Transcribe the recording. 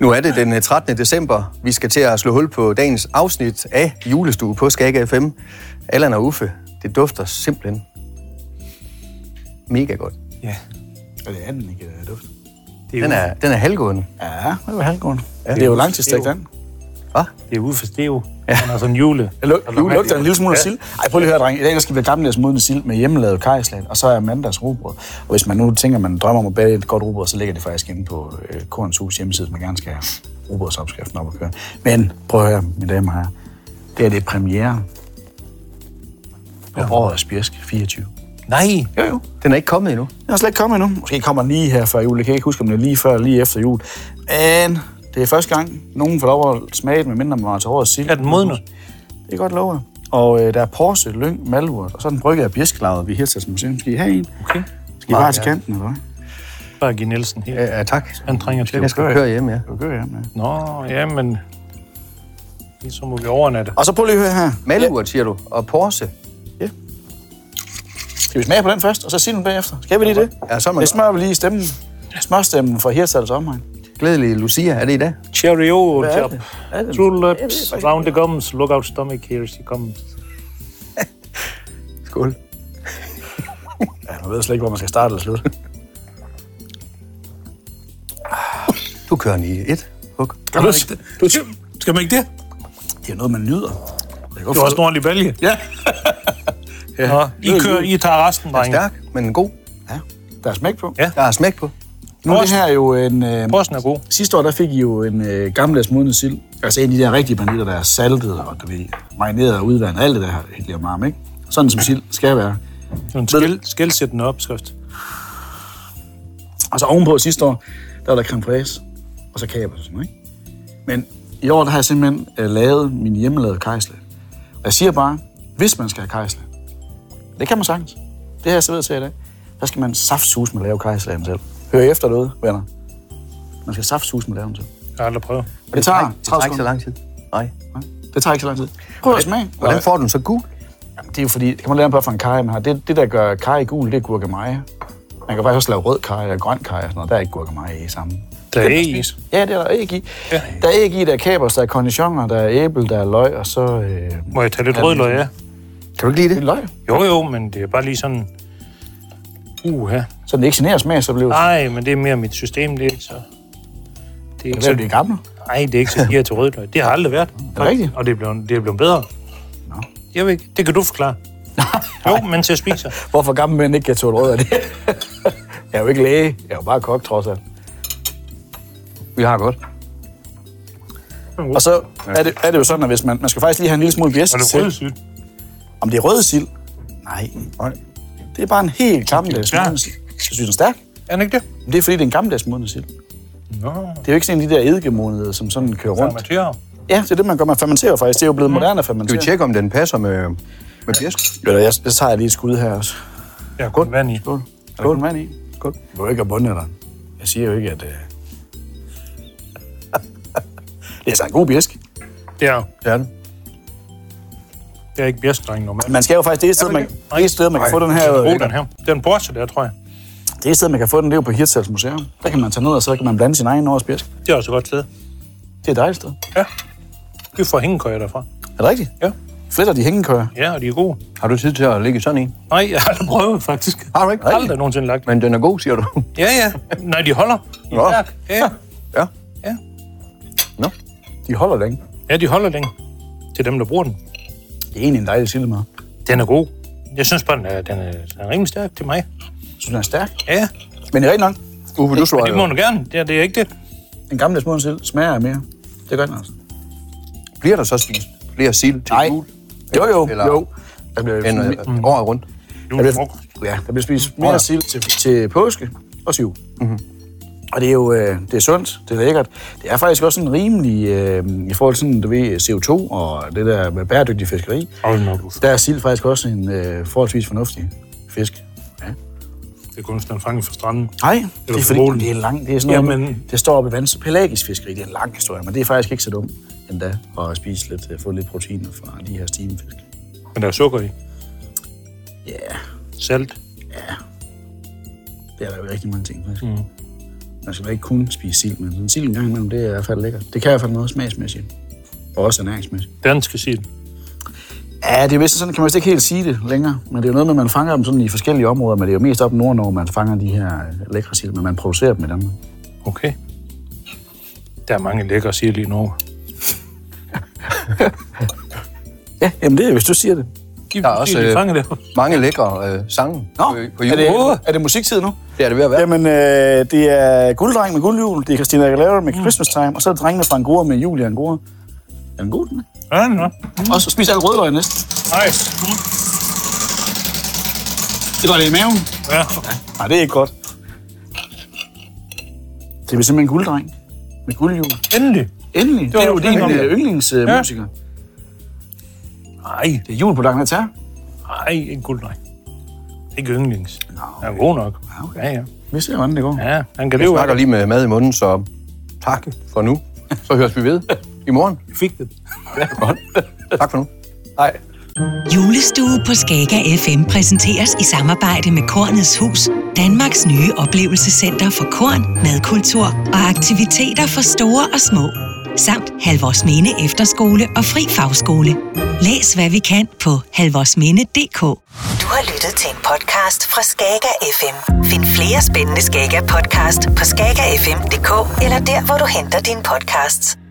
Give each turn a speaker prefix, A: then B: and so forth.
A: Nu er det den øh, 13. december. Vi skal til at slå hul på dagens afsnit af Julestue på Skag FM. Allan og Uffe, det dufter simpelthen mega godt.
B: Ja.
C: Og det er den ikke, der er duft.
B: Det er,
A: Den er, den er halvgående.
C: Ja, det var halvgården. Ja, det er jo langtidsstegt an.
A: Hva?
B: Det er ude for Steve. Ja. Han har sådan en jule.
C: Jeg lug, nu lugter den en lille smule af sild. Ej, prøv lige at høre, dreng. I dag der skal vi have gammeldags modne sild med hjemmelavet kajslat, og så er mandags rugbrød. Og hvis man nu tænker, man drømmer om at bage et godt rugbrød, så ligger det faktisk inde på øh, Korns Hus hjemmeside, hvis man gerne skal have rugbrødsopskriften op at køre. Men prøv at høre, mine damer og herrer. Det her, det er premiere på årets Birsk 24.
B: Nej,
C: Jo, jo.
A: Den er ikke kommet endnu.
C: Den er slet ikke kommet endnu. Måske kommer den lige her før jul. Jeg kan ikke huske, om det er lige før eller lige efter jul. Men det er første gang, nogen får lov at smage den, medmindre man har til årets sild.
B: er den modnet.
C: Det kan godt love jer. Og øh, der er porse, lyng, malurt, og så er den brygget af bjæsklavet, vi helt til som museum. Skal I have en?
B: Okay.
C: Skal I bare til kanten, eller hvad?
B: Bare give Nielsen helt.
A: Ja, ja tak.
B: Han trænger til.
A: Jeg skal
C: gør jeg.
A: køre hjem, ja.
C: Det gør jeg, men...
B: Nå, ja, men... Så må vi overnatte.
C: Og så prøv lige at høre her.
A: Malurt, siger du, og Porsche.
C: Skal vi smage på den først, og så sige den bagefter? Skal vi lige det?
A: Ja, så er man-
C: Det smører vi lige i stemmen. Smørstemmen fra Hirtshals omegn.
A: Glædelig Lucia, er det i dag?
B: Cheerio,
C: Hvad er
B: chop.
C: det? Er det-
B: True
C: Jeg ved faktisk
B: lips,
C: ikke,
B: round the gums, look out stomach, here she comes.
A: Skål.
C: Ja, nu ved jeg slet ikke, hvor man skal starte eller slutte.
A: Du kører den i et hug.
C: Gør man ikke det?
D: Du, skal man ikke det?
C: Det er noget, man nyder. Det er godt
D: Det var også en ordentlig valg.
C: Ja.
D: Ja.
B: Nå, I, kører, I tager resten, drenge.
A: Stærk, men god.
C: ja. Der er smæk på.
D: Ja.
A: Der er smæk på.
C: Nu er det her jo en... Øh,
B: Bossen er god.
C: Sidste år, der fik I jo en øh, gammeldags modne sild. Altså en af de der rigtige banditter, der er saltet og du ved, marineret og udvandet. Alt det der hyggelige og marm, ikke? Sådan som sild skal være.
B: Sådan skæld, skældsættende opskrift.
C: Og så ovenpå sidste år, der var der creme fraise, og så kage og sådan noget, ikke? Men i år, der har jeg simpelthen øh, lavet min hjemmelavede kajslet. Og jeg siger bare, hvis man skal have kajslet, det kan man sagtens. Det har jeg serveret til i dag. Der skal man saftsus med at lave kajslagen selv. Hør efter derude, venner. Man skal saftsus med at lave den selv.
B: Jeg har aldrig prøvet.
C: Og det tager
A: Det
C: 30
A: tager ikke så
C: sekunder.
A: lang tid. Nej.
C: Det tager ikke så lang tid. Prøv at smage.
A: Hvordan får du den så gul?
C: Jamen, det er jo fordi, det kan man lave på for en kaj, man har. Det, det, der gør kaj gul, det er gurkemeje. Man kan faktisk også lave rød kaj og grøn kaj og sådan noget. Der er ikke gurkemeje i sammen.
B: Der er is.
C: Ja, det er der æg i. Ja. Der er æg i, der er kapers, der er cornichoner, der er æble, der er løg, og så... Øh,
B: Må jeg tage lidt rødløg af?
A: Kan du ikke lide
C: det er
A: det?
C: løg.
B: Jo, jo, men det er bare lige sådan... Uha.
C: Så den ikke generer smag, så bliver det...
B: Nej, men det er mere mit system, det er ikke så... Det er ikke
C: Så bliver
B: så...
C: det gamle.
B: Nej, det er ikke så gear til rødløg. Det har aldrig været. Er
C: det rigtigt?
B: Og det er blevet, det er blevet bedre.
C: Nå.
B: Jeg ved ikke. Det kan du forklare. jo, men til at spise.
C: Hvorfor gamle mænd ikke kan tåle rød af det? jeg er jo ikke læge. Jeg er jo bare kok, trods alt.
A: Vi har godt.
C: Og så er det, er det jo sådan, at hvis man, man skal faktisk lige have en lille smule
B: Og
C: bjæst
B: det er
C: til.
B: rødsygt.
C: Om det er rød sild? Nej. Det er bare en helt gammeldags
B: Ja.
C: modne sild. Jeg synes, den er stærk.
B: Er det ikke det?
C: Men det er fordi, det er en gammeldags modne sild.
B: Nå,
C: Det er jo ikke sådan en af de der eddikemoneder, som sådan kører rundt.
B: amatører.
C: Ja, det er det, man gør. Man fermenterer faktisk. Det er jo blevet moderne at
A: Skal vi
C: fermentere.
A: tjekke, om den passer med, øh, med bjæsk?
C: Eller jeg, så tager jeg lige et skud her også.
B: Jeg har kun vand i.
C: Skål. Er der kun vand i? Skål. Du er ikke at bunde dig. Jeg siger jo ikke, at... Uh... det er så en god bjæsk.
B: Det er,
A: Det er den.
B: det er ikke bjergstreng normalt.
C: Man skal jo faktisk... Det eneste sted, man, det eneste sted, man kan få den her...
B: Den er god, den her. Det er en Porsche der, tror jeg.
C: Det eneste sted, man kan få den, det er jo på Hirtshals Museum. Der kan man tage ned, og så kan man blande sin egen års bjæsk.
B: Det er også et godt sted.
C: Det er et dejligt sted.
B: Ja. Vi får hængekøjer derfra.
C: Er det rigtigt?
B: Ja.
C: Fletter de hængekøjer.
B: Ja, og de er gode.
A: Har du tid til at ligge i sådan en?
B: Nej, jeg har aldrig prøvet, faktisk.
A: Har du ikke?
B: Jeg har aldrig nogensinde lagt.
A: Men den er god, siger du.
B: Ja, ja. Nej, de holder. De er
A: Nå.
B: stærke. Ja,
A: ja.
B: ja.
A: Nå.
C: De holder længe.
B: ja, de holder længe. Til dem, der bruger den.
C: Det er egentlig en dejlig sildemad.
B: Den er god. Jeg synes bare, den er, den er, den er rimelig stærk til mig.
C: Jeg synes, den er stærk.
B: Ja,
C: Men det er rigtigt nok.
A: Uffe, du slår
B: det må du gerne. Det er, det er ikke det.
C: En gammel små sild smager af mere. Det gør den altså.
A: Bliver der så spist flere sild til
C: Nej.
A: jul?
C: Jo, jo,
A: Eller-
C: jo. Der bliver,
A: End,
C: mm.
A: øh, året rundt.
B: Nu
C: der,
B: er det
C: bliver,
B: frokost.
C: ja, der bliver spist mere sild til, til påske og til jul. Mm-hmm.
B: Mhm.
C: Og det er jo øh, det er sundt, det er lækkert. Det er faktisk også en rimelig, øh, i forhold til sådan, du ved, CO2 og det der med bæredygtig fiskeri,
B: Hold nu, du.
C: der er sild faktisk også en øh, forholdsvis fornuftig fisk.
B: Det er kun sådan, fanget fra stranden.
C: Nej, det
B: Eller
C: er fordi,
B: formoden.
C: det er langt. Det, er sådan noget,
B: Jamen.
C: Jamen. det står oppe i vandet. Pelagisk fiskeri, det er en lang historie, men det er faktisk ikke så dumt. endda, og spise lidt, øh, få lidt proteiner fra de her steamfisk.
B: Men der er sukker i.
C: Ja, yeah,
B: Salt.
C: det er der jo rigtig mange ting, faktisk. Mm. Man skal da ikke kun spise sild, men sådan sild en gang imellem, det er i hvert fald lækkert. Det kan i hvert fald noget smagsmæssigt, og også ernæringsmæssigt.
B: Danske sild.
C: Ja, det er vist sådan, kan man vist ikke helt sige det længere. Men det er jo noget med, at man fanger dem sådan i forskellige områder, men det er jo mest op i Nordnorge, man fanger de her øh, lækre sild, men man producerer dem i Danmark.
B: Okay. Der er mange lækre sild i Norge.
C: Ja, jamen det er, hvis du siger det.
B: De,
A: Der er også,
B: de, de
A: øh,
B: fanger det.
A: mange lækre øh, sange
C: Nå,
A: på, på
C: er,
A: jul.
C: det, er det musiktid nu?
A: Det er det ved at være.
C: Jamen, øh, det er Gulddreng med guldhjul, det er Christina Aguilera med Christmas Time, og så er det Drengene fra Angora med Julia Angora. Er den god, den er?
B: Ja, nå.
C: Mm. Og så spiser alle rødløg næsten.
B: Nice.
C: Det går lidt i maven.
B: Ja.
C: Nej, det er ikke godt. Det er simpelthen Gulddreng med guldhjul.
B: Endelig.
C: Endelig. Det er jo
B: den
C: din
B: kom der.
C: øh, yndlingsmusiker. Ja.
B: Nej,
C: Det er jul på Dag Natar.
B: nej, en guldnej. Ikke yndlings. Han er god nok.
C: okay.
B: Ja, ja.
C: Vi ser, hvordan det går.
B: Ja, han kan
A: Jeg
B: leve af
A: snakker lige med mad i munden, så tak for nu. Så høres vi ved i morgen.
B: det. Fik det.
A: Tak for nu. Hej.
E: Julestue på Skaga FM præsenteres i samarbejde med Kornets Hus, Danmarks nye oplevelsescenter for korn, madkultur og aktiviteter for store og små. Samt Halvorsminde Efterskole og Fri Fagskole. Læs hvad vi kan på halvorsminde.dk
F: Du har lyttet til en podcast fra Skager FM. Find flere spændende Skager podcast på skagerfm.dk eller der, hvor du henter dine podcasts.